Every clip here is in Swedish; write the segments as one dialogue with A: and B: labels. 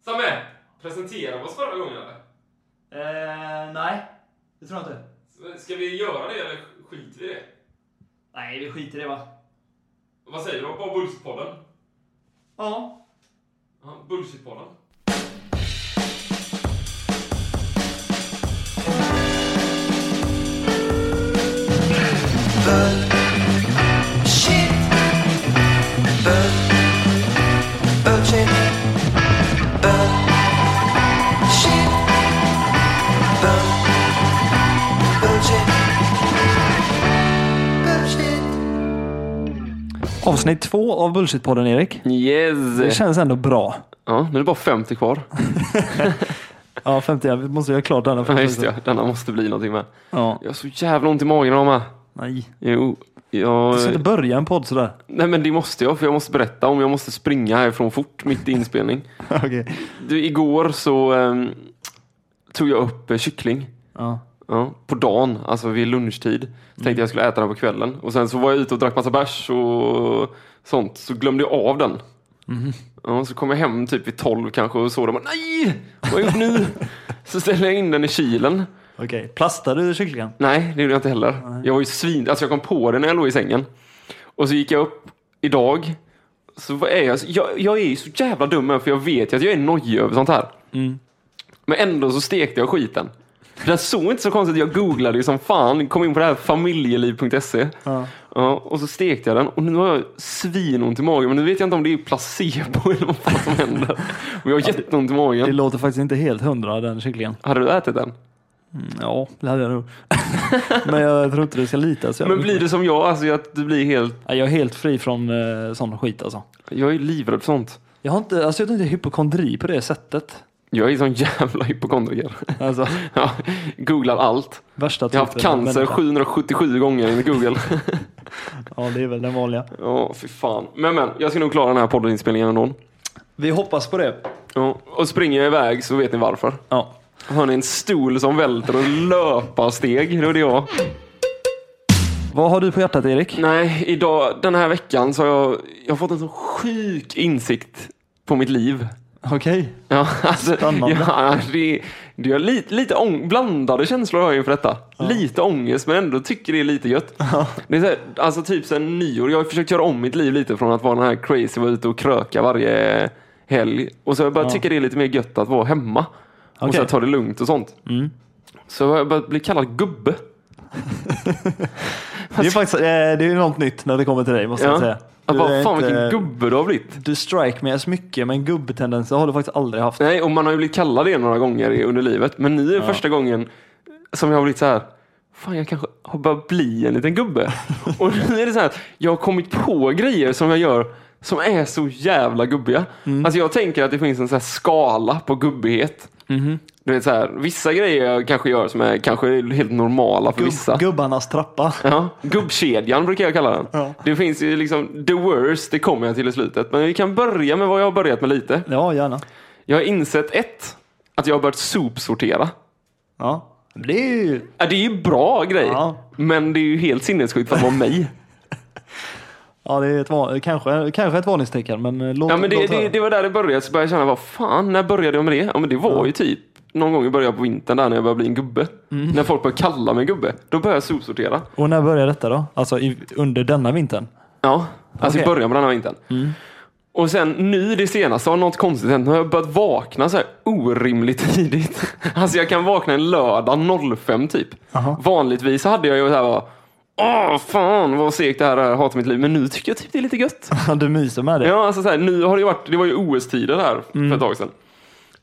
A: Samme, presenterade vi oss förra gången eller?
B: Eh, nej, det tror jag inte.
A: Ska vi göra det eller skiter vi i det?
B: Nej, vi skiter i det va?
A: Vad säger du? Bara Bullshitpodden?
B: Ja.
A: Ja, Bullshitpodden.
C: Shit. Bull. Bullshit. Bull. Shit. Bull. Bullshit. Bullshit.
B: Avsnitt två av Bullshitpodden Erik. Det
D: Yes!
B: känns ändå bra.
D: Ja, nu är det bara 50 kvar.
B: Ja, 50 vi måste göra klart denna.
D: Ja, just det. ja. Denna måste bli någonting med.
B: Ja,
D: Jag har så jävla ont i magen Amma.
B: nej.
D: Jo,
B: Du ska
D: jag...
B: inte börja en podd sådär.
D: Nej men det måste jag för jag måste berätta om jag måste springa härifrån fort mitt i inspelning.
B: Okej.
D: Du, igår så ehm, tog jag upp eh, kyckling.
B: Ja.
D: Ja, på dagen, alltså vid lunchtid. Tänkte jag skulle äta den på kvällen. Och sen så var jag ute och drack massa bärs och sånt. Så glömde jag av den. Ja, så kom jag hem typ vid 12 kanske och såg den. Bara, Nej! Vad har jag gjort nu? så ställde jag in den i kylen.
B: Okej, plastar du kycklingen?
D: Nej, det gjorde jag inte heller. Jag var ju svin... Alltså jag kom på det när jag låg i sängen. Och så gick jag upp idag. Så vad är jag? Jag, jag är ju så jävla dum här, för jag vet ju att jag är nojig över sånt här. Men ändå så stekte jag skiten. För den såg inte så konstigt Jag googlade ju som fan. Kom in på det här familjeliv.se.
B: Ja.
D: Ja, och så stekte jag den och nu har jag svinont i magen. Men nu vet jag inte om det är placebo eller vad fan som händer. Och jag har jätteont i
B: Det
D: magen.
B: låter faktiskt inte helt hundra den kycklingen.
D: Hade du ätit den?
B: Ja, det hade jag nog. Men jag tror inte du ska lita så
D: Men blir det som jag? Alltså att du blir helt...
B: Nej, Jag är helt fri från eh, sån skit alltså.
D: Jag är livrädd för sånt.
B: Jag har inte, alltså jag tror inte hypokondri på det sättet.
D: Jag är sån jävla hypokondriker.
B: Alltså,
D: Ja, googlar allt.
B: värsta
D: Jag har haft
B: typen av
D: cancer
B: Typ människa.
D: 777 gånger enligt Google.
B: Ja, det är väl den vanliga.
D: Ja, fy fan. Men men, jag ska nog klara den här poddinspelningen ändå.
B: Vi hoppas på det.
D: Ja, och springer jag iväg så vet ni varför.
B: Ja.
D: Hör ni en stol som välter och löparsteg, då är det jag.
B: Vad har du på hjärtat Erik?
D: Nej, idag, den här veckan så har jag, jag har fått en sån sjuk insikt på mitt liv.
B: Okej.
D: Ja, alltså,
B: Spännande.
D: ja, det, det är lite, lite ång, blandade känslor har jag inför detta. Lite ångest men ändå tycker det är lite gött. Det är så här, alltså typ sen nyår, jag har försökt göra om mitt liv lite från att vara den här crazy, vara ute och kröka varje helg. Och så har jag börjat tycka det är lite mer gött att vara hemma. Och
B: Okej. Mm.
D: så här ta det lugnt och sånt. Så har jag börjat bli kallad gubbe.
B: Det är faktiskt eh, det är ju något nytt när det kommer till dig måste jag säga.
D: Att
B: Du
D: bara,
B: är
D: fan
B: inte-
D: vilken gubbe du har blivit.
B: Du strike mig as mycket men gubbtendenser har du faktiskt aldrig haft.
D: Nej, och man har ju blivit kallad det några gånger i- under livet. Men nu är det första gången som jag har blivit så här. Fan, jag kanske har börjat bli en liten gubbe. och nu är det så här att jag har kommit på grejer som jag gör som är så jävla gubbiga.
B: Mm.
D: Alltså jag tänker att det finns en så här skala på gubbighet.
B: Mm-hmm.
D: Du vet så här, vissa grejer jag kanske gör som är kanske helt normala för vissa.
B: Gubb, gubbarnas trappa.
D: Ja, gubbkedjan brukar jag kalla den.
B: Ja.
D: Det finns ju liksom the worst, det kommer jag till i slutet. Men vi kan börja med vad jag har börjat med lite.
B: Ja, gärna.
D: Jag har insett ett, att jag har börjat sopsortera.
B: Ja. Det är ju...
D: Ja, det är ju bra grej,
B: Ja.
D: men det är ju helt sinnessjukt för att vara mig.
B: Ja, det är ett van... kanske, kanske ett varningstecken men eh, låt
D: Ja, men det,
B: låt
D: det,
B: höra.
D: det var där det började, så började jag känna, vad fan, när började jag med det? Ja, men det var ju typ någon gång i början på vintern där när jag började bli en gubbe. När folk började kalla mig gubbe, då började jag sopsortera.
B: Och när börjar detta då? Alltså i, under denna vintern?
D: Ja, alltså i
B: Okej. Mm.
D: början på den här vintern. Och sen nu det senaste har något konstigt hänt. Nu har jag börjat vakna så här orimligt tidigt. Alltså jag kan vakna en lördag 05 typ.
B: Aha.
D: Vanligtvis så hade jag ju så här bara, Åh fan vad segt det här är, jag hatar mitt liv. Men nu tycker jag typ det är lite gött.
B: du myser med det?
D: Ja, alltså så här, nu har det ju varit, det var ju OS-tider här
B: Mm.
D: för ett tag sedan.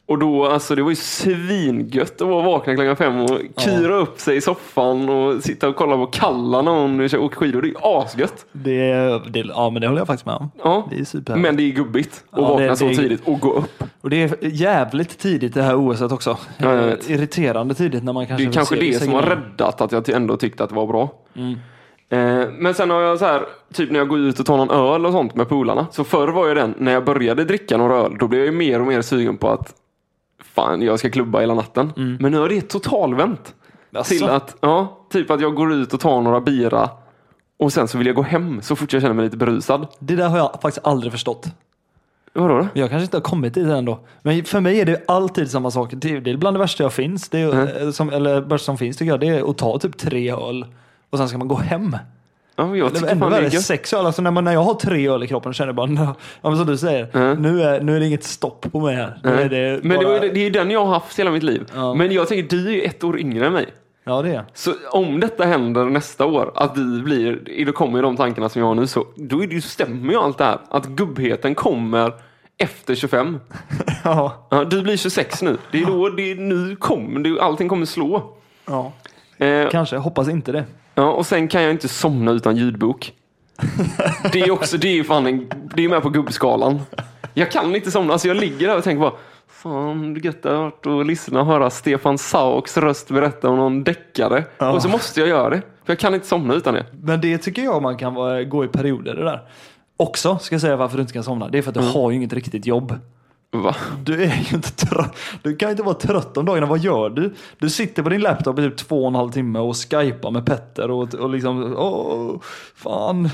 D: Och då, alltså det var ju svingött att vara vakna klockan fem och kyra upp sig i soffan och sitta och kolla på Kalla när hon kör- åker skidor. Det är ju asgött.
B: Det, det, ja, men det håller jag faktiskt med om.
D: Ja.
B: Det är super.
D: Men det är gubbigt att
B: Ja,
D: vakna
B: det-
D: så
B: det är-
D: tidigt och gå upp.
B: Och det är jävligt tidigt det här OSet också. Eh,
D: Ja, jag vet.
B: Irriterande tidigt när man
D: Det
B: kanske
D: är
B: vill
D: kanske
B: se
D: det
B: vissa
D: som har
B: grejer.
D: räddat att jag ty- ändå tyckte att det var bra.
B: Mm.
D: Eh, Men sen har jag så här, typ när jag går ut och tar någon öl och sånt med polarna. Så förr var jag den, när jag började dricka några öl, då blev jag ju mer och mer sugen på att fan, jag ska klubba hela natten.
B: Mm.
D: Men nu har det totalvänt.
B: Jaså?
D: Till att, ja, typ att jag går ut och tar några bira och sen så vill jag gå hem så fort jag känner mig lite berusad.
B: Det där har jag faktiskt aldrig förstått.
D: Vadå då?
B: Jag kanske inte har kommit dit än då. Men för mig är det alltid samma sak. Det är det är bland det värsta jag finns. Det
D: Mm.
B: är, eh, som, eller värsta som finns tycker jag. Det är att ta typ tre öl och sen ska man gå hem.
D: Ja, men jag
B: Eller
D: tycker
B: ännu
D: fan det är
B: värre,
D: gött.
B: sex öl. Alltså när, man, när jag har tre öl i kroppen känner jag bara, "Nå." ja, men som du säger,
D: Mm.
B: nu, är, nu är det inget stopp på mig här. Nu
D: Nej.
B: är det
D: Men det,
B: bara-
D: var, ju- det är ju den jag har haft hela mitt liv.
B: Ja.
D: Men jag tänker, du är ju ett år yngre än mig.
B: Ja, det är
D: Så om detta händer nästa år, att vi blir, då kommer ju de tankarna som jag har nu, så då är det ju, stämmer ju allt det här. Att gubbheten kommer efter 25.
B: ja,
D: Ja, du blir 26 nu. Det är då, det är, nu kommer det, allting kommer slå.
B: ja,
D: Eh,
B: kanske. Hoppas inte det.
D: ja, och sen kan jag inte somna utan ljudbok. Det är också, det är ju fan en, det är med på gubbskalan. Jag kan inte somna, alltså jag ligger där och tänker bara, fan det gött det har varit att lyssna och höra Stefan Sauks röst berätta om någon deckare.
B: Ja.
D: Och så måste jag göra det, för jag kan inte somna utan det.
B: Men det tycker jag man kan vara, gå i perioder det där. Också ska jag säga varför du inte kan somna. Det är för att
D: Mm.
B: du har ju inget riktigt jobb.
D: Va?
B: Du är ju inte trött. Du kan ju inte vara trött om dagarna. Vad gör du? Du sitter på din laptop i typ två och en halv timme och skypar med Petter och, och liksom, åh, fan,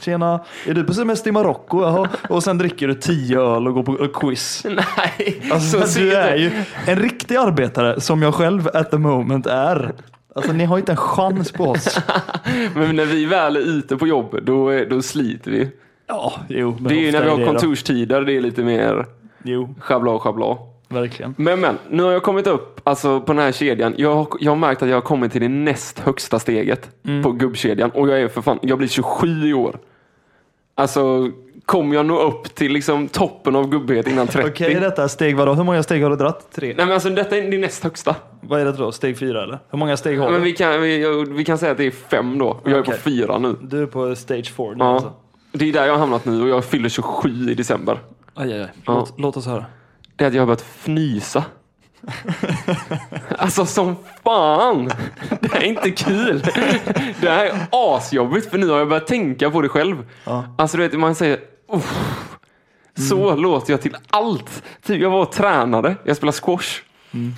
B: tjena, är du på semester i Marocko? Jaha. Och sen dricker du tio öl och går på och quiz.
D: Nej,
B: Alltså,
D: ser
B: du
D: det-
B: är ju en riktig arbetare som jag själv at the moment är. Alltså ni har inte en chans på oss.
D: Men när vi väl är ute på jobb, då, är- då sliter vi.
B: Ja, jo. Men
D: Det är ju
B: ofta
D: när vi har
B: det då.
D: kontorstider, det är lite mer
B: Jo,
D: schabla och schabla.
B: verkligen.
D: Men men, nu har jag kommit upp alltså, på den här kedjan. Jag har, jag har märkt att jag har kommit till det näst högsta steget
B: Mm.
D: på gubbkedjan. Och jag är för fan, jag blir 27 i år. Alltså, kommer jag nå upp till liksom toppen av gubbhet innan 30?
B: Okej, är detta steg vadå? Hur många steg har du dratt? Tre?
D: Nej men alltså detta är det näst högsta.
B: Vad är det då? Steg fyra eller? Hur många steg har
D: Men
B: du?
D: vi kan, vi, jag- vi kan säga att det är fem då. Och jag är på
B: Okej.
D: fyra nu.
B: Du är på stage four nu
D: Ja.
B: alltså?
D: Det är där jag har hamnat nu och jag fyller 27 i december.
B: Aj, aj, aj.
D: Ja.
B: Låt, låt oss höra.
D: Det är att jag har börjat fnysa. alltså som fan! Det här är inte kul. Det här är asjobbigt för nu har jag börjat tänka på det själv.
B: Ja. Mm.
D: Alltså du vet, man säger "Uff, så låter jag till allt. Typ jag var och tränade, jag spelade squash.
B: Mm.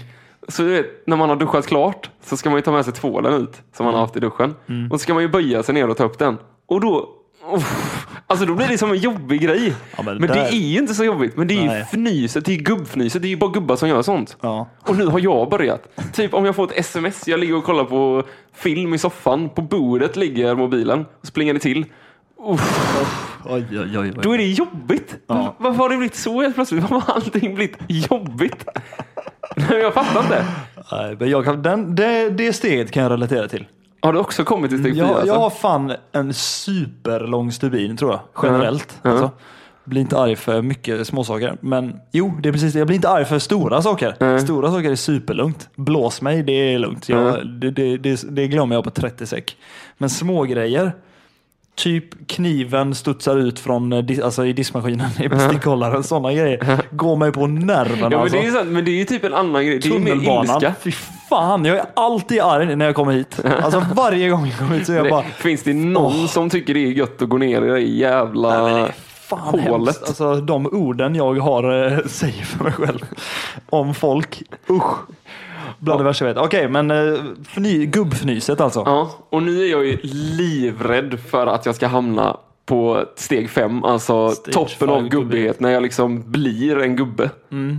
D: Så du vet, när man har duschat klart så ska man ju ta med sig tvålen ut som
B: Mm.
D: man har haft i duschen. Och så ska man ju böja sig ner och ta upp den. Och då, uff, alltså då blir det som en jobbig grej.
B: Ja, men
D: men det
B: där-
D: är ju inte så jobbigt. Men det är ju
B: Nej.
D: fnyset, det är ju gubbfnyset, det är ju bara gubbar som gör sånt.
B: Ja.
D: Och nu har jag börjat. Typ om jag får ett sms, jag ligger och kollar på film i soffan, på bordet ligger mobilen och så plingar det till. Uff,
B: Oj, oj, oj.
D: då är det jobbigt.
B: Ja.
D: Varför har det blivit så helt plötsligt? Varför har allting blivit jobbigt? Nej, jag fattar inte.
B: Nej, men jag kan, den, det, det steget kan jag relatera till.
D: Har du också kommit till steg fyra?
B: Jag,
D: alltså?
B: jag har fan en superlång stubin tror jag, generellt.
D: Ja.
B: Alltså. Blir inte arg för mycket småsaker. Men jo, det är precis det. Jag blir inte arg för stora saker. Stora saker är superlugnt. Blås mig, det är lugnt. Jag, det, det, det, det glömmer jag på 30 sek. Men små grejer Typ kniven studsar ut från eh, dis- alltså i diskmaskinen, i bestickhållaren. Sådana grejer går mig på nerverna.
D: Ja, men,
B: alltså.
D: det är ju sant, men det är ju typ en annan grej. Det är ju mer
B: Tunnelbanan.
D: ilska.
B: Fy fan, jag är alltid arg när jag kommer hit. Alltså varje gång jag kommer hit så är jag bara...
D: Det, finns det någon som tycker det är gött att gå ner i det jävla...
B: Nej, men det är fan
D: Eh, hålet.
B: hemskt. Alltså de orden jag har eh, säger för mig själv om folk. Usch. Bland det värsta jag vet. Okej, men eh, fny, gubbfnyset alltså.
D: Ja, och nu är jag ju livrädd för att jag ska hamna på steg fem, alltså
B: Stage
D: toppen av
B: five,
D: gubbighet, när jag liksom blir en gubbe.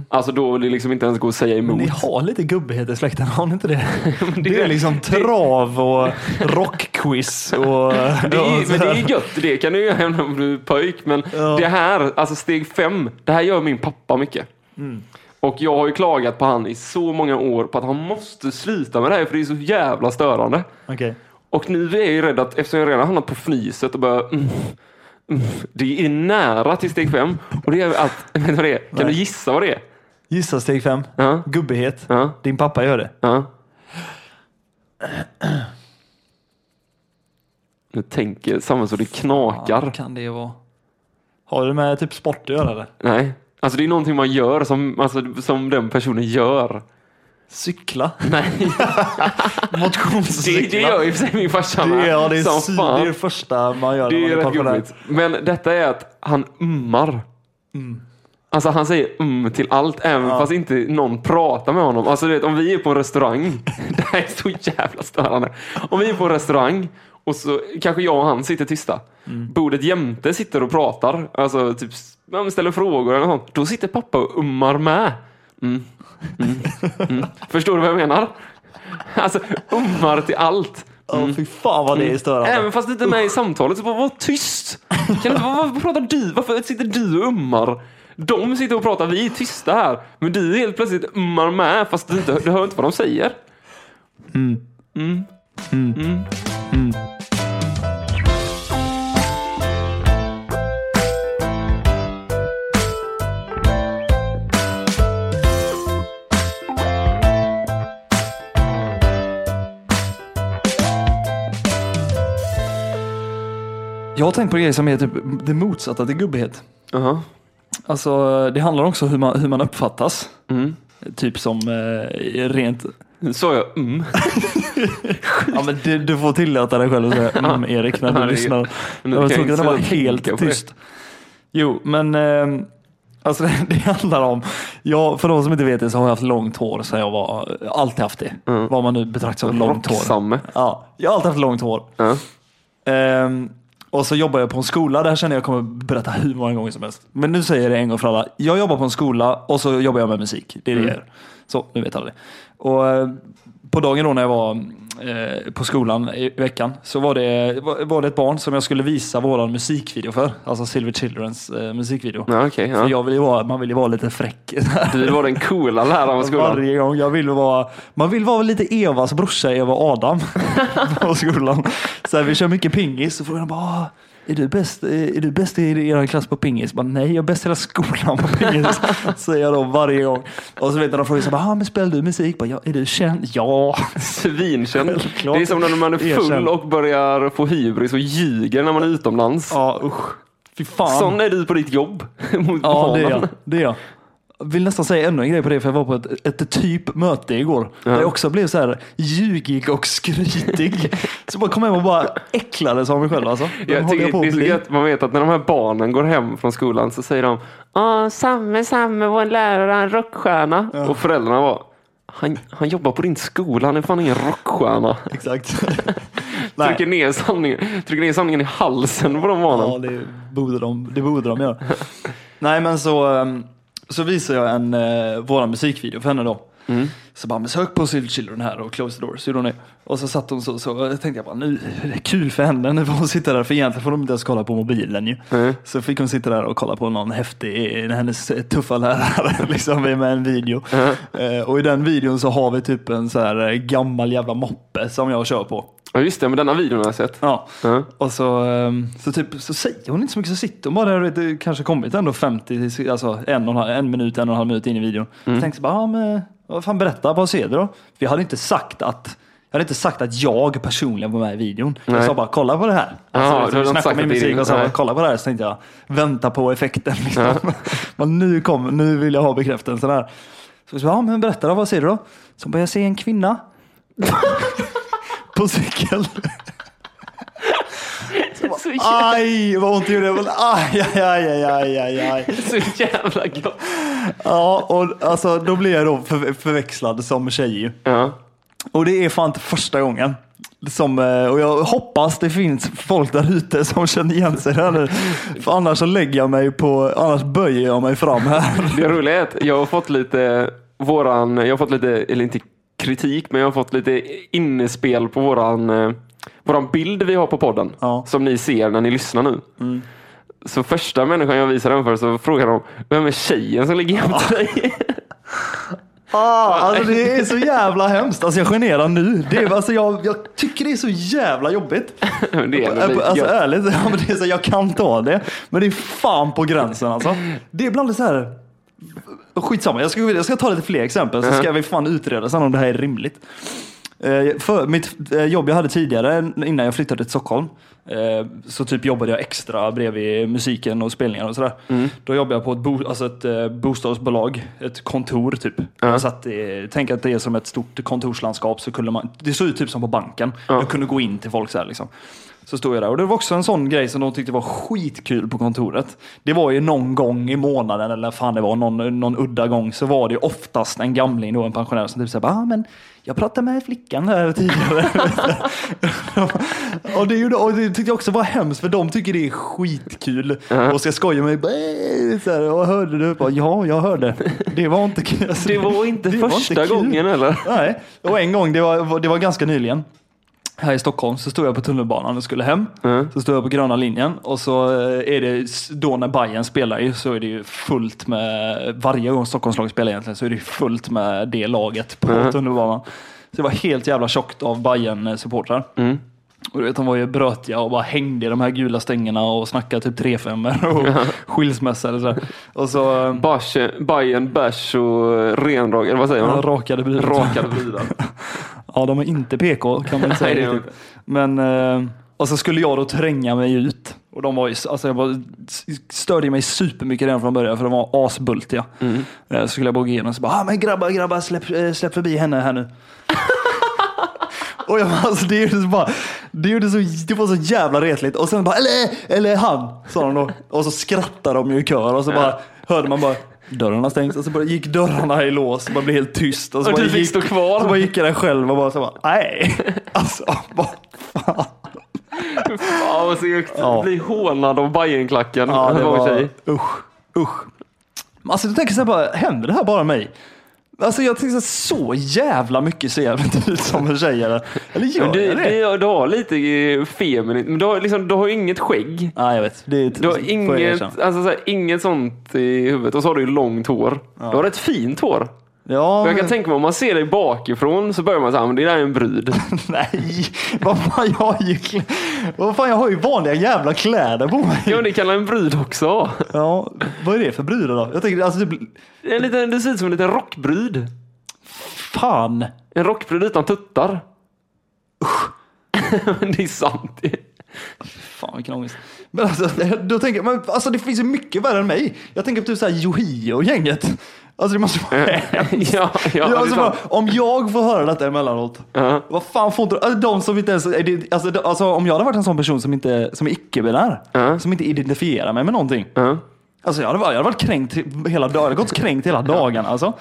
D: Alltså då det liksom inte ens går att säga emot.
B: Mm. Ni har lite gubbighet i släkten, har ni inte det? Det,
D: det-
B: är liksom trav och rockquiz och...
D: Det
B: och
D: är, ju- men det
B: sådär.
D: är ju gött, det kan du ju göra om du är pojk. Men
B: Ja.
D: det här, alltså steg fem, det här gör min pappa mycket.
B: Mm.
D: Och jag har ju klagat på han i så många år på att han måste sluta med det här för det är så jävla störande.
B: Okej.
D: Och nu är jag ju rädd att eftersom jag redan hamnat på fnyset och börjar mm, mm, det är nära till steg fem. Och det är att, vet du vad det är? Kan
B: Nej.
D: du gissa vad det är?
B: Gissa steg fem.
D: Ja,
B: Gubbighet.
D: ja,
B: Din pappa gör det.
D: ja. Nu tänker samma så det knakar.
B: kan det vara? Har det med typ sport att göra eller?
D: Nej. Alltså det är någonting man gör som, alltså, som den personen gör.
B: Cykla?
D: Nej,
B: Motionscykla?
D: det, det gör i och för sig min farsa
B: Det,
D: med.
B: är- ja, det, är
D: Som
B: sy-
D: fan.
B: det är det första man gör
D: Det är
B: när man
D: rätt
B: pensionär.
D: jobbigt. Men detta är att han ummar.
B: Mm.
D: Alltså han säger mm till allt även fast inte någon pratar med honom. Alltså du vet om vi är på en restaurang. det här är så jävla störande. Om vi är på en restaurang Och så kanske jag och han sitter tysta.
B: Mm.
D: Bordet jämte sitter och pratar. Alltså typ ja, men ställer frågor eller något sånt. Då sitter pappa och ummar med. Mm. Mm. Mm. Förstår du vad jag menar? Alltså ummar till allt.
B: Åh, fy fan vad det är störande.
D: Mm. Även fast du inte är med i samtalet så bara var tyst. Kan du, inte- varför pratar du? Varför sitter du och ummar? De sitter och pratar, vi är tysta här. Men du helt plötsligt ummar med fast du, inte, du hör inte vad de säger.
B: Jag har tänkt på grejer som är typ det motsatta till gubbighet.
D: Jaha.
B: Alltså, det handlar också om hur man, hur man uppfattas.
D: Mm.
B: Typ som eh, rent...
D: Sa jag mm?
B: Ja, men du, du får tillåta dig själv att säga mm, Erik när du
D: Herregud.
B: lyssnar.
D: Men
B: Det var
D: kan jag
B: tråkigt
D: inte
B: att det var
D: sluta tänka
B: helt
D: på det.
B: tyst. Jo, men eh, alltså det, det handlar om, jag, för de som inte vet det så har jag haft långt hår sedan jag var, jag har alltid haft det.
D: Mm.
B: Vad man nu betraktar som långt hår.
D: Rocksamme.
B: Ja, jag har alltid haft långt hår.
D: Ja.
B: Ehm, och så jobbar jag på en skola, det här känner jag kommer berätta hur många gånger som helst. Men nu säger jag det en gång för alla. Jag jobbar på en skola och så jobbar jag med musik. Det är det
D: Mm.
B: jag gör. Så, nu vet alla det. Och eh, på dagen då när jag var eh, på skolan i veckan så var det, var var det ett barn som jag skulle visa våran musikvideo för. Alltså Silver Childrens eh, musikvideo.
D: Ja, okej.
B: För
D: ja.
B: jag vill ju vara, man vill ju vara lite fräck.
D: Du var den coola läraren på skolan.
B: Varje gång. Jag vill vara, man vill vara lite Evas brorsa, Eva och Adam på skolan. Så här, vi kör mycket pingis och frågar bara, "Ah, är du bäst, är du bäst i er klass på pingis? Bara, Nej, jag är bäst i hela skolan på pingis. Säger jag då varje gång. Och så vet jag, de frågar så här, bara, "Ah, men spelar du musik? Bara, ja, är du känd? Ja.
D: Svinkänd. Det
B: Självklart.
D: är som när man är full
B: Erkänd.
D: och börjar få hybris och ljuger när man är utomlands.
B: Ja, usch. Fy fan.
D: Sån är du på ditt jobb. Mot
B: ja, det är, jag,
D: barnen.
B: det är jag. Vill nästan säga ännu en grej på det, för jag var på ett, ett typ möte igår. Där jag också blev så här ljugig och skrytig. så bara kom hem och bara äcklades av mig själv alltså. Vem
D: Jag
B: håller
D: tycker
B: jag på
D: det är
B: att
D: så
B: bli?
D: gött, man vet att när de här barnen går hem från skolan så säger de ah, Samme, Samme, vår lärare, han är rockstjärna. Och föräldrarna var han, han jobbar på din skola, han är fan ingen rockstjärna.
B: Exakt.
D: Trycker
B: Nej.
D: ner, sanningen, trycker ner sanningen i halsen på de barnen.
B: Ja, det borde de, det borde de göra. Nej, men så, ehm, så visar jag en, eh, våran musikvideo för henne då. Så bara, men sök på Silver Children här och Close the Doors. Så gjorde hon det. Och så satt hon så, så tänkte jag bara, nu är det kul för henne. Nu får hon sitta där, för egentligen får de inte ens kolla på mobilen ju.
D: Mm.
B: Så fick hon sitta där och kolla på någon häftig, eh, hennes tuffa lärare liksom med en video. Eh, Och i den videon så har vi typ en så här eh, gammal jävla moppe som jag kör på.
D: Ja just det, men denna videon har jag sett.
B: Ja.
D: Ja.
B: Och så, ehm, så, typ, så säger hon inte så mycket, så sitter hon bara där. och Det har kanske kommit ändå 50, alltså en, och en, halv, en minut, en och en halv minut in i videon.
D: Mm.
B: Så tänkte jag bara, ja, men, vad fan berätta, vad ser du då? För jag hade inte sagt att jag hade inte sagt att jag personligen var med i videon. Jag
D: Nej.
B: sa bara kolla på det här.
D: Ja,
B: Alltså,
D: du hade
B: vi
D: inte
B: snackade
D: sagt
B: med
D: att det är
B: musik
D: din-
B: och sa
D: nej.
B: bara, kolla på det här. Så tänkte jag vänta på effekten. Liksom. Men nu, kom, nu vill jag ha bekräftelsen här. Så jag sa, ja, men berätta då, vad ser du då? Så hon bara, jag ser en kvinna på cykel.
D: Så jävla,
B: Aj, vad ont det gjorde. Jag bara, Aj, aj, aj, aj, aj, aj.
D: så jävla gott.
B: Ja, och alltså, då blir jag då för, förväxlad som tjej. ju.
D: Ja.
B: Och det är fan inte första gången. Som, eh, och jag hoppas det finns folk där ute som känner igen sig här nu. För annars så lägger jag mig på, annars böjer jag mig fram här.
D: Det roliga är att jag har fått lite våran, jag har fått lite, eller inte kritik, men jag har fått lite innespel på våran, eh, våran bild vi har på podden.
B: Ja. Mm.
D: Som ni ser när ni lyssnar nu. Så första människan jag visade den för så frågade de, vem är tjejen som ligger jämte dig?
B: Ah, alltså det är så jävla hemskt. Alltså jag generar nu. Det är, alltså jag, jag tycker det är så jävla jobbigt.
D: Men det är
B: Äh,
D: lite
B: Alltså
D: gött.
B: ärligt, ja, men det är så, jag kan ta det. Men det är fan på gränsen alltså. Det är ibland det så här. Skitsamma, jag ska, jag ska ta lite fler exempel så
D: Uh-huh.
B: ska vi fan utreda sen om det här är rimligt. Eh, För mitt eh, jobb jag hade tidigare innan jag flyttade till Stockholm eh, så typ jobbade jag extra bredvid musiken och spelningar och sådär.
D: Mm.
B: Då jobbade jag på ett, bo, alltså ett eh, bostadsbolag, ett kontor typ.
D: Uh-huh.
B: Jag satt i, tänk att det är som ett stort kontorslandskap. Så kunde man, det såg ut typ som på banken. Jag kunde gå in till folk så här liksom. Så stod jag där och det var också en sån grej som de tyckte var skitkul på kontoret. Det var ju någon gång i månaden eller fan det var någon, någon udda gång så var det ju oftast en gamling då, en pensionär som typ sa ah, men jag pratade med flickan här tidigare. och, det, gjorde- och det tyckte jag också var hemskt för de tycker det är skitkul och ska skoja med mig. Så här, och hörde du? Bara, ja, jag hörde. Det var inte kul. Alltså,
D: Det var inte
B: det var inte
D: första
B: kul.
D: gången eller?
B: Nej, och en gång, det var, det var ganska nyligen, här i Stockholm, så stod jag på tunnelbanan och skulle hem. Så stod jag på gröna linjen och så eh, är det s- då när Bayern spelar ju så är det ju fullt med, varje gång Stockholmslag spelar egentligen så är det ju fullt med det laget på tunnelbanan. Så det var helt jävla tjockt av bayern supportrar och du vet, de var ju brötiga och bara hängde i de här gula stängerna och snackade typ 3 5 och skilsmässa eller sådär. Och så eh,
D: Bash- Bayern, bärs och renrakad, vad säger man?
B: rakade bilen.
D: Rakad vrida.
B: Ja, de är inte PK kan man inte säga
D: Nej, det är
B: riktigt. Men, eh, och så skulle jag då tränga mig ut. Och de var ju, alltså jag var, störde mig supermycket redan från början för de var asbultiga.
D: Mm.
B: Eh, Så skulle jag bara gå igenom och så bara, ah, men grabbar, grabbar, släpp, eh, släpp förbi henne här nu. Och jag bara, alltså det gjorde så bara, det gjorde så, det var så jävla retligt. Och sen bara, eller, eller han, sa de då. Och så skrattade de ju i kör och så bara hörde man bara, dörrarna stängs. Och så bara gick dörrarna i lås och bara blev helt tyst. Och så
D: Och
B: bara
D: du fick
B: gick,
D: stå kvar.
B: och så bara gick jag där själv och bara så bara, nej. Alltså, bara, fan.
D: Ja, vad segt.
B: Ja.
D: Bli hånad av Bajenklacken.
B: Ja, det
D: Vad
B: var,
D: tjej.
B: usch, usch. Men Alltså du tänker så här bara, händer det här bara mig? Alltså jag tänker så, här, så jävla mycket ser jag inte ut som en tjej eller? Eller gör
D: Men du,
B: jag det?
D: du, du har lite eh, feminint, men du har, liksom, du har ju inget skägg.
B: Nej jag vet, det är
D: Du har
B: får jag
D: inget,
B: erkänna.
D: alltså, så här, inget sånt i huvudet och så har du ju långt hår. Du har rätt fint hår.
B: Ja,
D: Och jag
B: men-
D: kan tänka mig om man ser dig bakifrån så börjar man säga, men det där är en brud.
B: Nej, vad fan jag har ju, klä- vad fan, jag har ju vanliga jävla kläder på mig.
D: Ja, det kallar en brud också. ha.
B: Ja, vad är det för brudar då? Jag tänker alltså typ,
D: En liten, du ser ut som en liten rockbrud.
B: fan.
D: En rockbrud utan tuttar. men det är sant.
B: Fan vilken ångest. Men alltså, då tänker jag, men alltså det finns ju mycket värre än mig. Jag tänker på typ såhär Yohio och gänget. Alltså det måste vara
D: ja, ja, det
B: Ja,
D: är
B: alltså, bara,
D: sant.
B: om jag får höra detta emellanåt,
D: Ja.
B: vad fan får inte alltså, de som inte ens, är det- alltså, de, alltså om jag hade varit en sån person som, inte, som är icke-binär,
D: Ja.
B: som inte identifierar mig med någonting,
D: Ja.
B: Alltså jag hade, varit- jag hade varit kränkt hela dagen. Jag hade gått kränkt hela dagen alltså.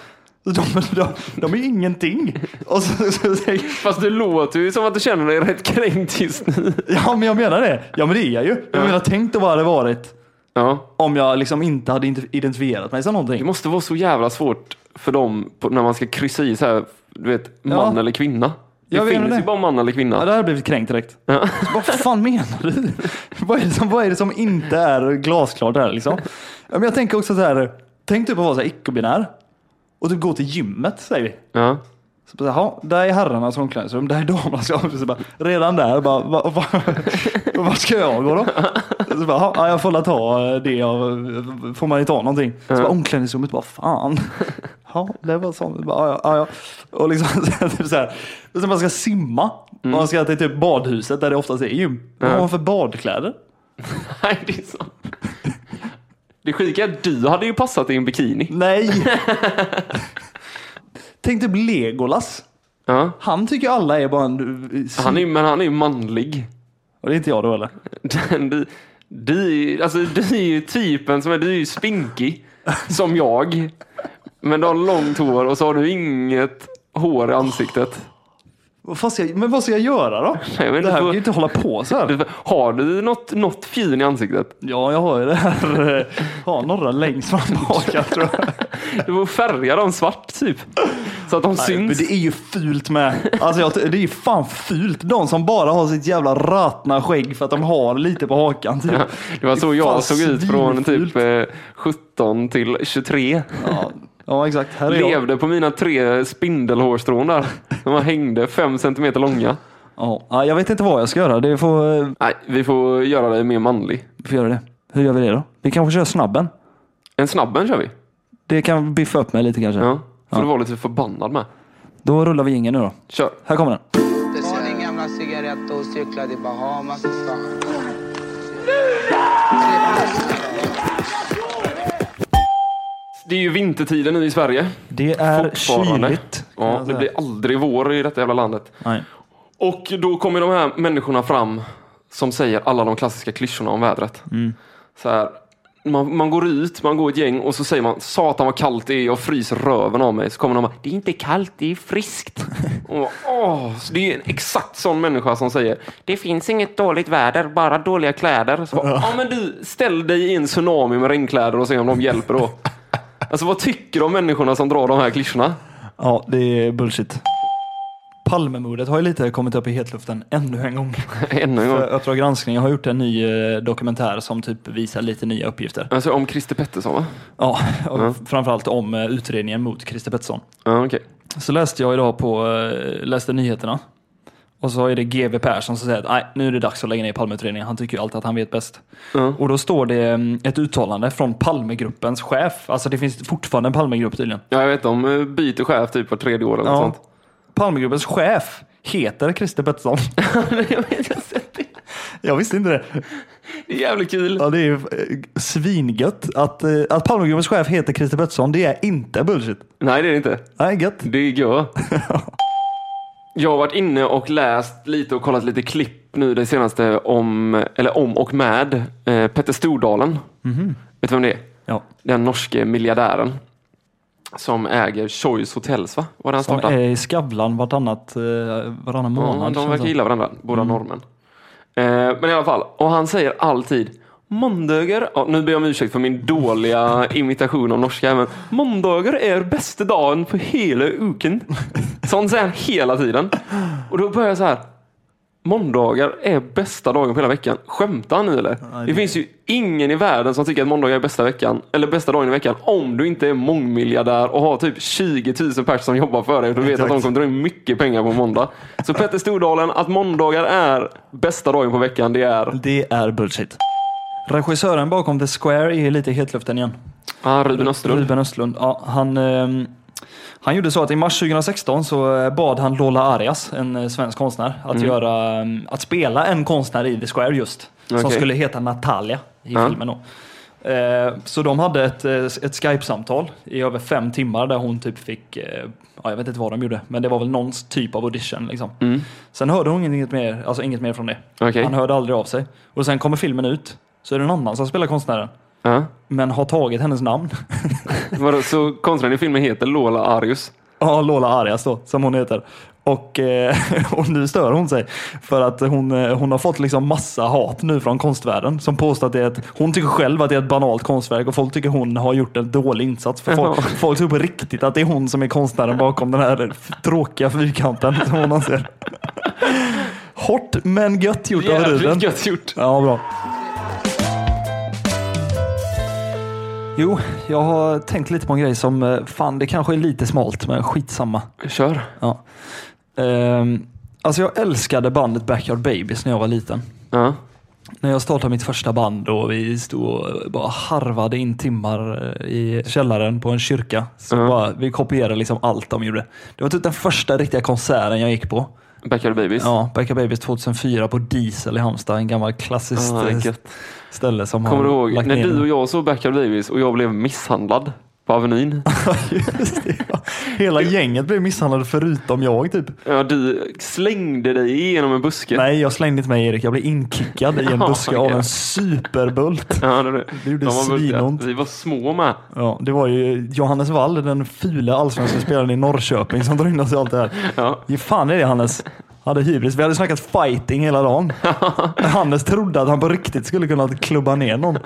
B: De, de, de är ju ingenting. Och så, så, så,
D: Fast du låter ju som att du känner dig rätt kränkt just nu.
B: ja men jag menar det. Ja men det är jag ju. Jag menar tänk dig vad det hade varit
D: Ja.
B: om jag liksom inte hade inte- identifierat mig som
D: Det
B: någonting.
D: måste vara så jävla svårt för dem på, när man ska kryssa i så här, du vet, man
B: Ja.
D: eller kvinna. Det
B: Jag vet
D: finns
B: det.
D: ju bara man eller
B: Ja,
D: kvinna.
B: det hade blivit kränkt direkt. Så, vad fan menar du? Vad är, det som, vad är det som inte är glasklart här liksom? Ja, Men jag tänker också så här. Tänk typ att vara så här icke-binär. Och typ gå till gymmet säger vi.
D: Ja.
B: Så bara, Jaha, där är herrarnas omklädningsrum, där är damernas omklädningsrum. Så bara, redan där, bara, va, va, vart ska jag gå då? Så bara, "Jaha, ja, jag får väl ta eh, det, av, får man ju ta någonting. Så bara, omklädningsrummet, bara fan. Ja, det var sånt. Bara, "Ja, ja, ja, ja. Och liksom så här, typ så här. Och sen man ska simma.
D: Mm.
B: Och man ska till typ badhuset där det oftast är gym. Vad har man för badkläder?
D: Nej, det är sant. Det sjuka är att du hade ju passat i en bikini.
B: Nej! Tänk typ Legolas.
D: Ja.
B: Han tycker alla är bara en... eh,
D: Han är, ju- men han är ju manlig.
B: Och det är inte jag då eller?
D: Den, du, du, är- alltså, du är ju typen som är, du är ju spinkig. Som jag. Men du har långt hår och så har du inget hår i ansiktet.
B: Vad fan ska jag, men vad ska jag göra då?
D: Nej, men
B: det
D: du
B: här
D: får-
B: kan ju inte hålla på så här.
D: Du- Har du något, något fjun i ansiktet?
B: Ja, jag har ju det här. eh, Ja, några längst fram bak jag tror jag.
D: Du får färga dem svart typ. Så att de
B: Men
D: syns.
B: det är ju fult med. Alltså jag, det är ju fan fult. De som bara har sitt jävla ratna skägg för att de har lite på hakan. Typ.
D: Det var så
B: är fan
D: jag såg ut från
B: svinfult.
D: typ eh, 17 till 23.
B: Ja, ja exakt. Här är jag.
D: Levde på mina tre spindelhårstrån där. De hängde fem centimeter långa.
B: Ja, ja, jag vet inte vad jag ska göra. Det får, eh,
D: Nej, vi får göra dig mer manlig.
B: vi får göra det. Hur gör vi det då? Vi kanske kör snabben.
D: En snabben kör vi.
B: Det kan biffa upp mig lite kanske.
D: Ja. Får du vara lite förbannad med.
B: Då rullar vi ingen nu då.
D: Kör.
B: Här kommer den.
E: Ta din gamla cigarett och cykla till Bahamas för fan.
D: Det är ju vintertiden nu i Sverige.
B: Det är
D: Fortfarande.
B: kyligt. kan
D: Ja,
B: jag
D: det
B: säga.
D: blir aldrig vår i detta jävla landet.
B: Nej.
D: Och då kommer de här människorna fram som säger alla de klassiska klyschorna om vädret. Så här, man, man går ut, man går ett gäng och så säger man satan vad kallt det är, jag fryser röven av mig. Så kommer de och bara, det är inte kallt, det är friskt. och man bara, Åh, så det är en exakt sån människa som säger det finns inget dåligt väder, bara dåliga kläder. Så bara, ja men du, ställ dig i en tsunami med regnkläder och se om de hjälper då. Alltså vad tycker de människorna som drar de här klyschorna?
B: Ja, det är bullshit. Palmemordet har ju lite kommit upp i hetluften ännu en gång.
D: Ännu en gång.
B: För Uppdrag granskning har gjort en ny eh, dokumentär som typ visar lite nya uppgifter.
D: Alltså om Christer Pettersson va?
B: Ja, och framförallt om eh, utredningen mot Christer Pettersson.
D: Ja, okej.
B: Så läste jag idag på, eh, läste nyheterna. Och så är det GW Persson som säger att nej, nu är det dags att lägga ner Palmeutredningen. Han tycker ju alltid att han vet bäst.
D: Ja.
B: Och då står det mm, ett uttalande från Palmegruppens chef. Alltså det finns fortfarande en Palmegrupp tydligen.
D: Ja, jag vet, de eh, byter chef typ var tredje år eller något sånt.
B: Palmegruppens chef heter Christer Pettersson.
D: jag vet, jag har sett det.
B: jag visste inte det.
D: Det är jävligt kul.
B: Ja, det är ju eh, svingött. Att, eh, att Palmegruppens chef heter Christer Pettersson, det är inte bullshit.
D: Nej, det är det inte.
B: Nej, gött.
D: Det är gö. Jag har varit inne och läst lite och kollat lite klipp nu det senaste om, eller om och med eh, Petter Stordalen. Vet du vem det är?
B: Ja.
D: Den norske miljardären. Som äger Choice Hotels va? Var det han
B: De
D: startade?
B: är eh, i Skavlan vartannat, eh, varannan
D: Ja,
B: månad.
D: de
B: känns
D: verkar
B: det. Mm.
D: gilla varandra, båda norrmän. Eh, men i alla fall, och han säger alltid Måndagar, ja, nu ber jag om ursäkt för min dåliga imitation av norska, men måndagar är bästa dagen på hela uken. Sånt säger han hela tiden. Och då börjar jag så här, måndagar är bästa dagen på hela veckan. Skämtar han nu eller?
B: det-
D: Det finns ju ingen i världen som tycker att måndagar är bästa veckan, eller bästa dagen i veckan, om du inte är mångmiljardär och har typ 20 000 personer som jobbar för dig. För du vet att de
B: Exakt.
D: kommer dra in mycket pengar på måndag. Så Petter Stordalen, att måndagar är bästa dagen på veckan, det är
B: Det är bullshit. Regissören bakom The Square är lite i hetluften igen.
D: ah, Ruben Östlund.
B: Ruben Östlund. Ja, han, ehm, han gjorde så att i mars 2016 så eh, bad han Lola Arias, en eh, svensk konstnär, att,
D: Mm.
B: göra, ehm, att spela en konstnär i The Square just. Som
D: Okej.
B: skulle heta Natalia i
D: Ja.
B: filmen då. Eh, Så de hade ett, eh, ett Skype-samtal i över fem timmar där hon typ fick, eh, ja, jag vet inte vad de gjorde, men det var väl någon typ av audition. Liksom. Sen hörde hon inget mer, alltså inget mer från det.
D: Mm. Okej.
B: Han hörde aldrig av sig. Och sen kommer filmen ut, så är det någon annan som spelar konstnären,
D: Ja.
B: men har tagit hennes namn.
D: Vadå, Så konstnären i filmen heter Lola Arius.
B: Ja, Lola Arias då, som hon heter. Och, eh, och nu stör hon sig för att hon, eh, hon har fått liksom massa hat nu från konstvärlden som påstår att det är ett, hon tycker själv att det är ett banalt konstverk och folk tycker hon har gjort en dålig insats. För folk,
D: Jaha.
B: folk tror på riktigt att det är hon som är konstnären bakom den här f- tråkiga fyrkanten som hon anser. Hårt men gött gjort av Ruben.
D: Jävligt gött gjort.
B: Ja, bra. Jo, jag har tänkt lite på en grej som, eh, fan det kanske är lite smalt men skitsamma.
D: Kör.
B: Ja. Ehm, alltså jag älskade bandet Backyard Babies när jag var liten.
D: Ja.
B: När jag startade mitt första band och vi stod och bara harvade in timmar eh, i källaren på en kyrka. Så
D: Ja.
B: bara, vi kopierade liksom allt de gjorde. Det var typ den första riktiga konserten jag gick på.
D: Backyard Babies.
B: Ja, Backyard Babies 2004 på Diesel i Halmstad. En gammal klassisk
D: Ah,
B: eh,
D: gött.
B: ställe som
D: Kommer du
B: har
D: ihåg
B: lagt
D: när
B: ner
D: du
B: nu.
D: och jag såg Backyard Babies och jag blev misshandlad på Avenyn?
B: Just det, ja. Hela gänget blev misshandlade förutom jag typ.
D: Ja, du slängde dig igenom en buske.
B: Nej, jag slängde inte mig Erik. Jag blev inkickad i en
D: Ja,
B: buske av
D: ja.
B: en superbult.
D: Ja, det, det.
B: Det gjorde
D: var bultiga.
B: svinont.
D: Vi var små med.
B: Ja, det var ju Johannes Wall, den fula allsvenska spelaren i Norrköpge som drog in oss i allt det här.
D: Ja.
B: Ge fan är det Hannes? Hade hybris. Vi hade snackat fighting hela dagen. Hannes trodde att han på riktigt skulle kunna klubba ner någon.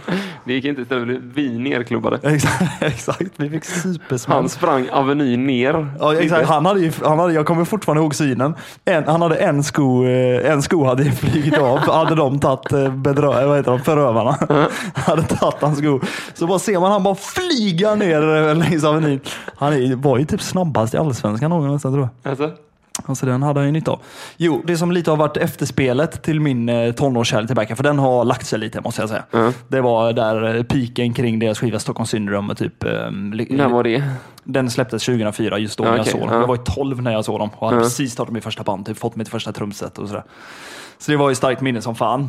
D: Det gick inte, istället blev vi nerklubbade.
B: Exakt, exakt. vi fick supersmäll.
D: Han sprang Aveny ner.
B: Ja, exakt. Han hade ju, han hade, jag kommer fortfarande ihåg synen. En, han hade en sko, eh, en sko hade ju flugit av. Hade de tagit eh, bedrö, vad heter de, förövarna. hade tagit hans sko. Så bara ser man han bara flyga ner eh, längs Avenyn. Han är, ju- var ju typ snabbast i allsvenskan någonsin tror jag.
D: Alltså,
B: Alltså den hade han ju nytta av. Jo, det som lite har varit efterspelet till min eh, tonårskärlek tillbaka, för den har lagt sig lite måste jag säga. Det var där eh, piken kring deras skiva Stockholm Syndrome och typ... eh, li-
D: när var det?
B: den släpptes 2004, just då
D: Ja,
B: när jag
D: okej,
B: såg dem.
D: ja.
B: Jag var ju 12 när jag såg dem och hade
D: Ja.
B: precis startat mitt första band, typ fått mitt första trumset och sådär. Så det var ju starkt minne som fan.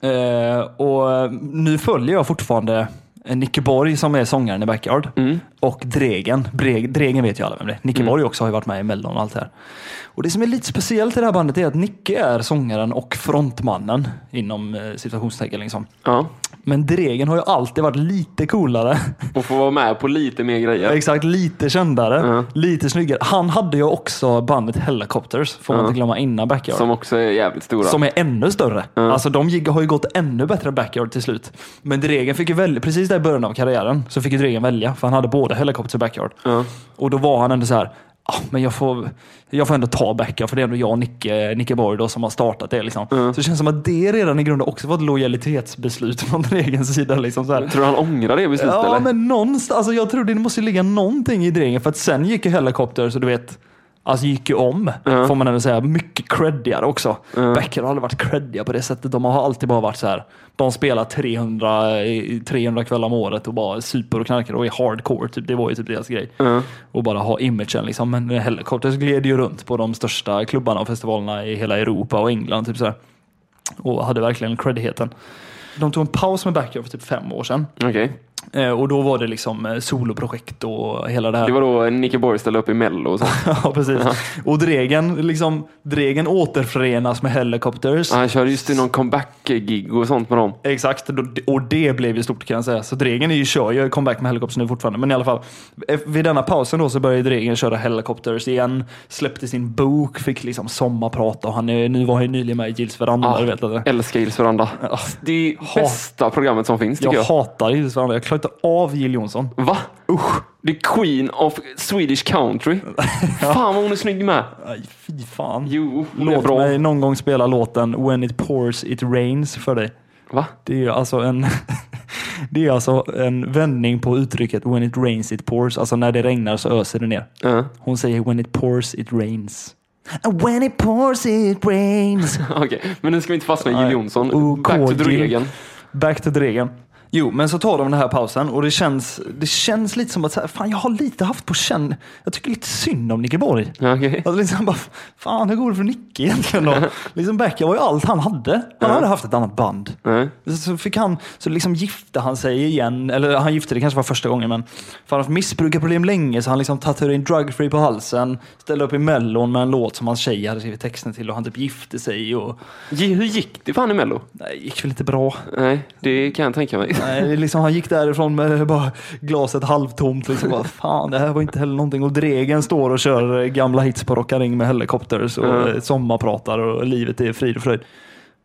B: Eh, och nu följer jag fortfarande Nicke Borg som är sångaren i Backyard
D: Mm.
B: och Dregen. Breg, Dregen vet ju alla vem det är. Nicke Borg också har ju varit med i Mellon och allt det här. Och det som är lite speciellt i det här bandet är att Nicke är sångaren och frontmannen inom eh, situationstecken liksom.
D: Ja.
B: Men Dregen har ju alltid varit lite coolare.
D: Och få vara med på lite mer grejer.
B: Exakt, lite kändare,
D: Ja.
B: lite snyggare. Han hade ju också bandet Helicopters, får man
D: Ja.
B: inte glömma, innan Backyard.
D: Som också är jävligt stora.
B: Som är ännu större. Alltså de gick- har ju gått ännu bättre backyard till slut. Men Dregen fick ju välja, precis där i början av karriären, så fick ju Dregen välja. För han hade både helikopter och backyard.
D: Ja.
B: Och då var han ändå så här, "Ah, men jag får, jag får ändå ta backyard för det är ändå jag och Nicke, Nicke Borg då, som har startat det. Liksom. Så det känns som att det redan i grunden också var ett lojalitetsbeslut från Dregens sida. Liksom, så här.
D: Tror du han ångrar det beslutet
B: Ja,
D: eller?
B: men någonstans. Alltså, jag tror det måste ju ligga någonting i Dregen. För att sen gick ju Helicopter, så du vet. Alltså gick ju om, får man ändå säga. Mycket creddigare också. Becker har aldrig varit creddiga på det sättet. De har alltid bara varit så här. De spelar 300, i- 300 kvällar om året och bara super och knarkar och är hardcore. Typ. Det var ju typ deras grej. Och bara ha imagen liksom. Men Helicopters gled ju runt på de största klubbarna och festivalerna i hela Europa och England. Typ så här. Och hade verkligen creddigheten. De tog en paus med Backyard för typ fem år sedan.
D: Okej.
B: Eh, Och då var det liksom eh, soloprojekt och hela det här.
D: Det var då Nicke Borg ställde upp i Mello och så.
B: Ja, precis. Och Dregen, liksom, Dregen återförenas med Helicopters.
D: Han körde just i någon comeback-gig och sånt med dem.
B: Exakt, då- och det blev ju stort kan jag säga. Så Dregen är ju, kör ju comeback med Helicopters nu fortfarande. Men i alla fall, eh, vid denna pausen då så började Dregen köra Helicopters igen. Släppte sin bok, fick liksom sommarprata och han är, nu var han ju nyligen med i Gills veranda.
D: Ja.
B: du vet det.
D: Älskar Gills veranda. Det är bästa programmet som finns tycker
B: Jag
D: jag.
B: hatar Gills veranda, jag klarar inte av Jill Johnson.
D: Va? Usch. The Queen of Swedish Country. Fan vad hon är snygg med.
B: Aj, fy fan.
D: Jo, hon är
B: Låt
D: bra.
B: mig någon gång spela låten When it pours it rains för dig.
D: Va?
B: Det är ju alltså en, det är alltså en vändning på uttrycket When it rains it pours. Alltså när det regnar så öser det ner.
D: Ja.
B: Hon säger When it pours it rains. And when it pours it rains.
D: Okej, men nu ska vi inte fastna i Jill
B: Nej. Oh,
D: Johnson.
B: Och
D: Back to
B: K-Jill.
D: Dregen.
B: Back to Dregen. Jo, men så tar de den här pausen och det känns, det känns lite som att så här, fan, jag har lite haft på känn. Jag tycker lite synd om Nicke Borg.
D: Ja, okej.
B: Alltså liksom bara, fan hur går det för Nicke egentligen då? liksom Becker var ju allt han hade. Han hade haft ett annat band.
D: Nej.
B: Så- Så fick han, så liksom gifte han sig igen, eller han gifte det kanske var första gången men för han har haft missbrukarproblem länge så han liksom tatuerade in drugfree på halsen, ställde upp i mellon med en låt som hans tjej hade skrivit texten till och han typ gifte sig och
D: Ge- Hur gick det fan i Mello?
B: nej, gick väl inte bra.
D: Nej, det kan jag tänka mig.
B: Nej, det är liksom, han gick därifrån med bara glaset halvtomt. Liksom, bara, fan, det här var inte heller någonting. Och Dregen står och kör eh, gamla hits på Rockaring med helikopters och
D: Ja.
B: mm. sommarpratar och livet är frid och fröjd.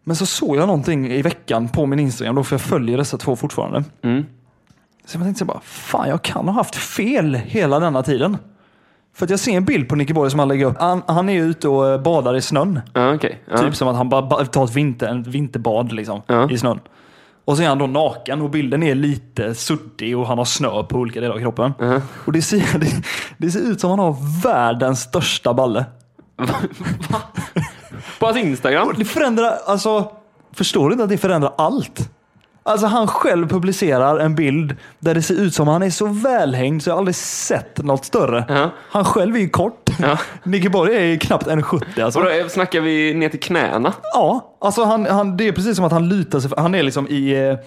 B: Men så såg jag någonting i veckan på min Instagram, då, för jag följer dessa två fortfarande.
D: Mm.
B: Så jag tänkte så här bara, fan jag kan ha haft fel hela denna tiden. För att jag ser en bild på Nicke Borg som han lägger upp. Han, han är ute och eh, badar i snön.
D: Ja, okej. Ja.
B: Typ som att han bara ba- tar ett vinter, ett vinterbad liksom,
D: Ja.
B: i snön. Och så är han då naken och bilden är lite suddig och han har snö på olika delar av kroppen. Och det ser, det, det ser ut som att han har världens största balle.
D: På hans Instagram.
B: Det förändrar, alltså, förstår du inte att det förändrar allt? Alltså han själv publicerar en bild där det ser ut som att han är så välhängd så jag har aldrig sett något större.
D: Ja.
B: Han själv är ju kort.
D: Ja.
B: Nicke Borg är ju knappt 1,70 alltså.
D: Och då snackar vi ner till knäna.
B: Ja, alltså han, han, det är precis som att han lutar sig. Han är liksom i, eh,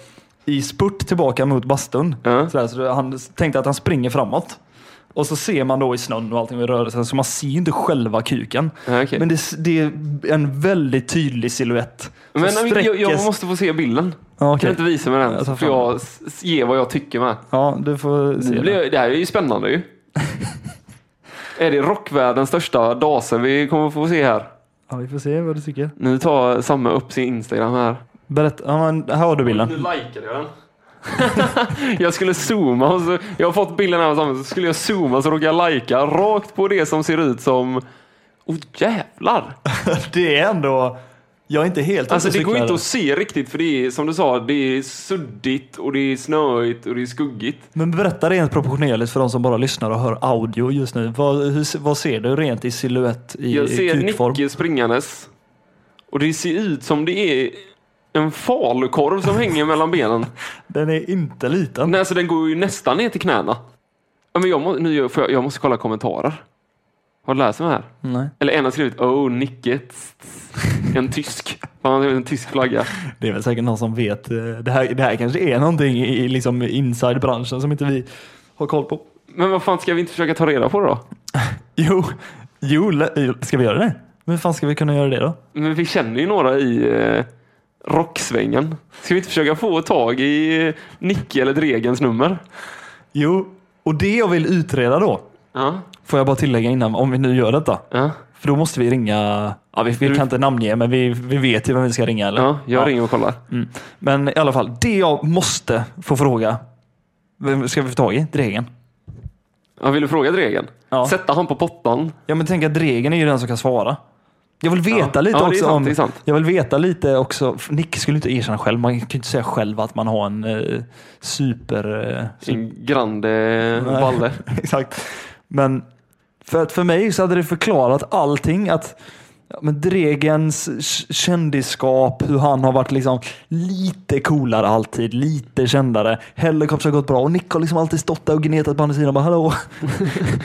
B: i spurt tillbaka mot bastun.
D: Ja.
B: Sådär, så han tänkte att han springer framåt. Och så ser man då i snön och allting i rörelsen, så man ser ju inte själva kuken.
D: Ja, okej.
B: Men det, s- det är en väldigt tydlig siluett. som
D: Men jag, jag
B: Alltså, sträckes-
D: måste få se bilden.
B: Ja,
D: Kan
B: okej.
D: du inte visa mig
B: Jag tar
D: den? För
B: fram
D: jag s- s- ger vad jag tycker med.
B: ja, du får se.
D: Det,
B: det.
D: blir, det här är ju spännande ju. är det rockvärldens största dasen vi kommer få se här?
B: Ja, vi får se vad du tycker.
D: Nu tar Samme upp sin Instagram här.
B: Berätta, ja, men, här har du
D: Nu
B: bilden.
D: likade jag den. jag skulle zooma och så, jag har fått bilden här av Samme, så skulle jag zooma så råkade jag lajka rakt på det som ser ut som Åh oh, jävlar!
B: Det är ändå... Jag är inte helt
D: Alltså
B: ute
D: det
B: och
D: går
B: cyklar.
D: inte att se riktigt för det är som du sa, det är suddigt och det är snöigt och det är skuggigt.
B: Men berätta rent proportionerligt för de som bara lyssnar och hör audio just nu. Vad, hur, vad ser du rent i silhuett i
D: Jag ser
B: kukform?
D: Nicke springandes och det ser ut som det är en falukorv som hänger mellan benen.
B: Den är inte liten.
D: Nej, alltså den går ju nästan ner till knäna. Ja, Men jag, må, nu, gör- får jag, jag måste kolla kommentarer. Har du läst de här?
B: Nej.
D: Eller en har skrivit Oh, Nicke. tss, tss." En tysk. Han har skrivit en tysk flagga.
B: Det är väl säkert någon som vet. eh, Det här, det här kanske är någonting i, i liksom inside-branschen som inte vi har koll på.
D: Men vad fan ska vi inte försöka ta reda på det då?
B: Jo, jo le- eh, ska vi göra det? Men hur fan ska vi kunna göra det då?
D: Men vi känner ju några i eh, rocksvängen. Ska vi inte försöka få tag i eh, Nicke eller Dregens nummer?
B: Jo, och det jag vill utreda då,
D: Ja.
B: får jag bara tillägga innan, om vi nu gör detta.
D: Ja,
B: För då måste vi ringa, ja, vi, vi kan inte namnge, men vi, vi vet ju vem vi ska ringa. Eller?
D: ja jag ringer och kollar.
B: Mm. Men i alla fall, det jag måste få fråga, vem ska vi få tag i? Dregen?
D: Ja, vill du fråga Dregen?
B: Ja.
D: Sätta han på pottan.
B: Ja men tänk att Dregen är ju den som kan svara. Jag vill veta
D: Ja.
B: lite
D: Ja, det är
B: också
D: sant,
B: om...
D: det är sant.
B: Jag vill veta lite också. för Nick skulle inte erkänna själv. Man kan ju inte säga själv att man har en eh, super... Eh, super
D: En grande
B: Nej.
D: balle.
B: Exakt. Men för, att för mig så hade det förklarat allting. Att ja, men Dregens k- kändisskap, hur han har varit liksom lite coolare alltid, lite kändare. Hellcops har gått bra och Nick har liksom alltid stått där och gnetat på andra sidan och bara hallå.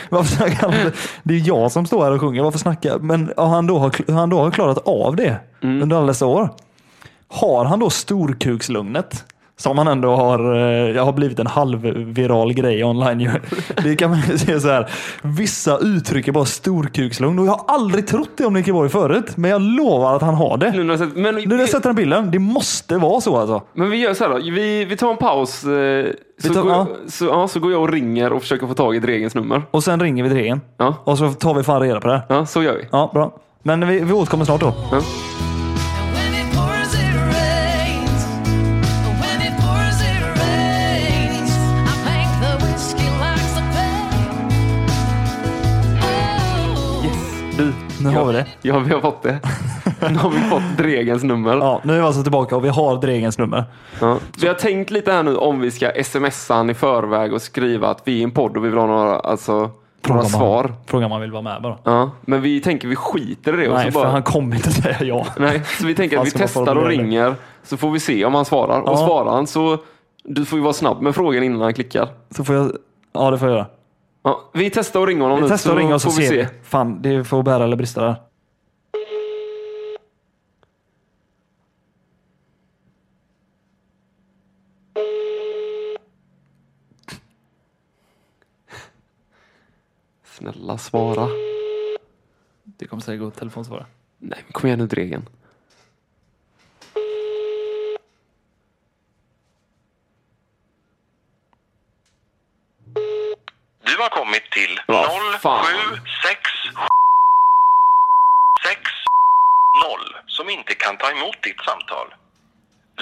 B: Varför snackar han? om det? Det är jag som står här och sjunger, varför snackar Men ja, han då har, kl- han då har klarat av det under alla dessa år. Har han då storkukslugnet? Som han ändå har, eh, har blivit en halvviral grej online. ju. Det kan man ju se så här. Vissa uttrycker bara storkukslugn och jag har aldrig trott det om Nicke Borg förut. Men jag lovar att han har det.
D: Nu
B: Nu
D: när jag sett- Men,
B: när jag sätter den bilden, det måste vara så alltså.
D: men vi gör så här då. Vi, vi tar en paus. eh, Så,
B: tar-
D: går,
B: ja.
D: Så, ja, så går jag och ringer och försöker få tag i Dregens nummer.
B: Och sen ringer vi till igen.
D: Ja.
B: Och så tar vi fan reda på det här.
D: Ja, så gör vi.
B: Ja, bra. Men vi, vi återkommer snart då.
C: When it pours, it rains. When it pours, it rains. I make the whiskey likes a pain. Oh.
D: Du,
B: Nu har vi det.
D: Ja, vi har fått det. Nu har vi fått Dregens nummer.
B: Ja, nu är vi alltså tillbaka och vi har Dregens nummer.
D: Ja. Vi har tänkt lite här nu om vi ska smsa han i förväg och skriva att vi är en podd och vi vill ha några, alltså, några
B: om han-
D: svar.
B: Fråga om han vill vara med bara.
D: Ja. Men vi tänker vi skiter i det.
B: Nej,
D: och så bara,
B: för han kommer inte säga ja.
D: nej, så vi tänker att
B: Fan,
D: vi
B: ska man
D: testar och
B: formulera det?
D: ringer så får vi se om han svarar.
B: Ja.
D: Och svarar han så du får ju vara snabb med frågan innan han klickar.
B: Så får jag... Ja, det får jag göra.
D: Ja, vi testar och ringer honom
B: Vi
D: nu
B: testar
D: så
B: att ringa och så
D: får vi
B: ser
D: se.
B: vi. Fan, det får bära eller brista där.
D: Snälla svara.
B: Det kommer säkert gå att telefonsvara.
D: Nej, men kom igen nu Dregen.
F: Du har kommit till
D: Vad
F: 076
D: fan.
F: 6 0 som inte kan ta emot ditt samtal.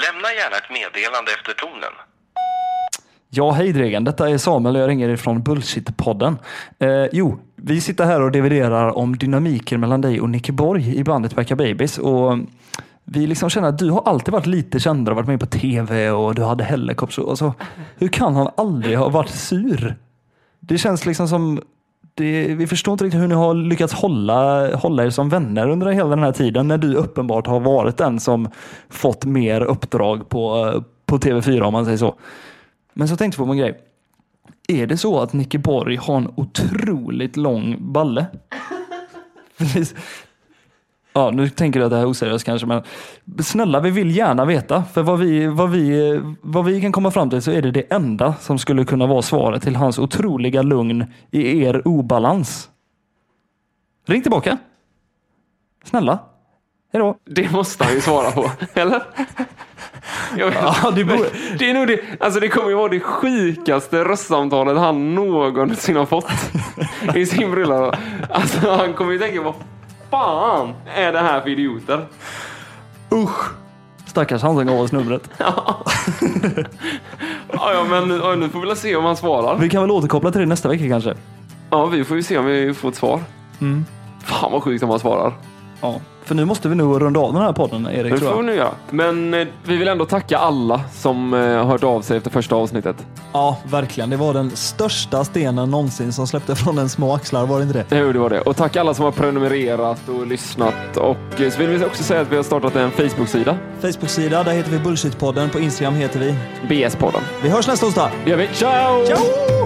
F: Lämna gärna ett meddelande efter tonen.
B: Ja, hej Dregen. Detta är Samuel och jag ringer ifrån Bullshit-podden. Eh, jo, vi sitter här och dividerar om dynamiken mellan dig och Nicke Borg i bandet Backa Babies. Och vi liksom känner att du har alltid varit lite kändare, varit med på tv och du hade Hellacopters. och Alltså, hur kan han aldrig ha varit sur? Det känns liksom som... Det, vi förstår inte riktigt hur ni har lyckats hålla, hålla er som vänner under hela den här tiden när du uppenbart har varit den som fått mer uppdrag på, på TV4 om man säger så. Men så tänkte jag på en grej. Är det så att Nicke Borg har en otroligt lång balle? Precis. Ja, nu tänker du att det här är oseriöst kanske, men snälla, vi vill gärna veta. För vad vi, vad, vi, vad vi kan komma fram till så är det det enda som skulle kunna vara svaret till hans otroliga lugn i er obalans. Ring tillbaka. Snälla. Hej då.
D: Det måste han ju svara på, eller? Jag vet
B: Ja, det borde-
D: det är nog det, alltså det kommer ju vara det sjukaste röstsamtalet han någonsin har fått i sin brilla. Alltså han kommer ju tänka, vad fan är det här för idioter?
B: Usch. Stackars han som gav oss numret.
D: Ja, ja men ja, nu får vi väl se om han svarar.
B: Vi kan väl återkoppla till det nästa vecka kanske.
D: Ja, vi får ju se om vi får ett svar.
B: Mm.
D: Fan vad sjukt om han svarar.
B: Ja, för nu måste vi nog runda av den här podden, Erik.
D: Det
B: Tror
D: får vi
B: jag.
D: nu göra. Men eh, vi vill ändå tacka alla som eh, hört av sig efter första avsnittet.
B: Ja, verkligen. Det var den största stenen någonsin som släppte från en små axlar, var det inte det?
D: Jo, det var det. Och tack alla som har prenumererat och lyssnat. Och eh, så vill vi också säga att vi har startat en Facebook-sida.
B: Facebook-sida, där heter vi Bullshitpodden. På Instagram heter vi...
D: BS-podden.
B: Vi hörs nästa onsdag!
D: Det gör vi. Ciao!
B: Ciao!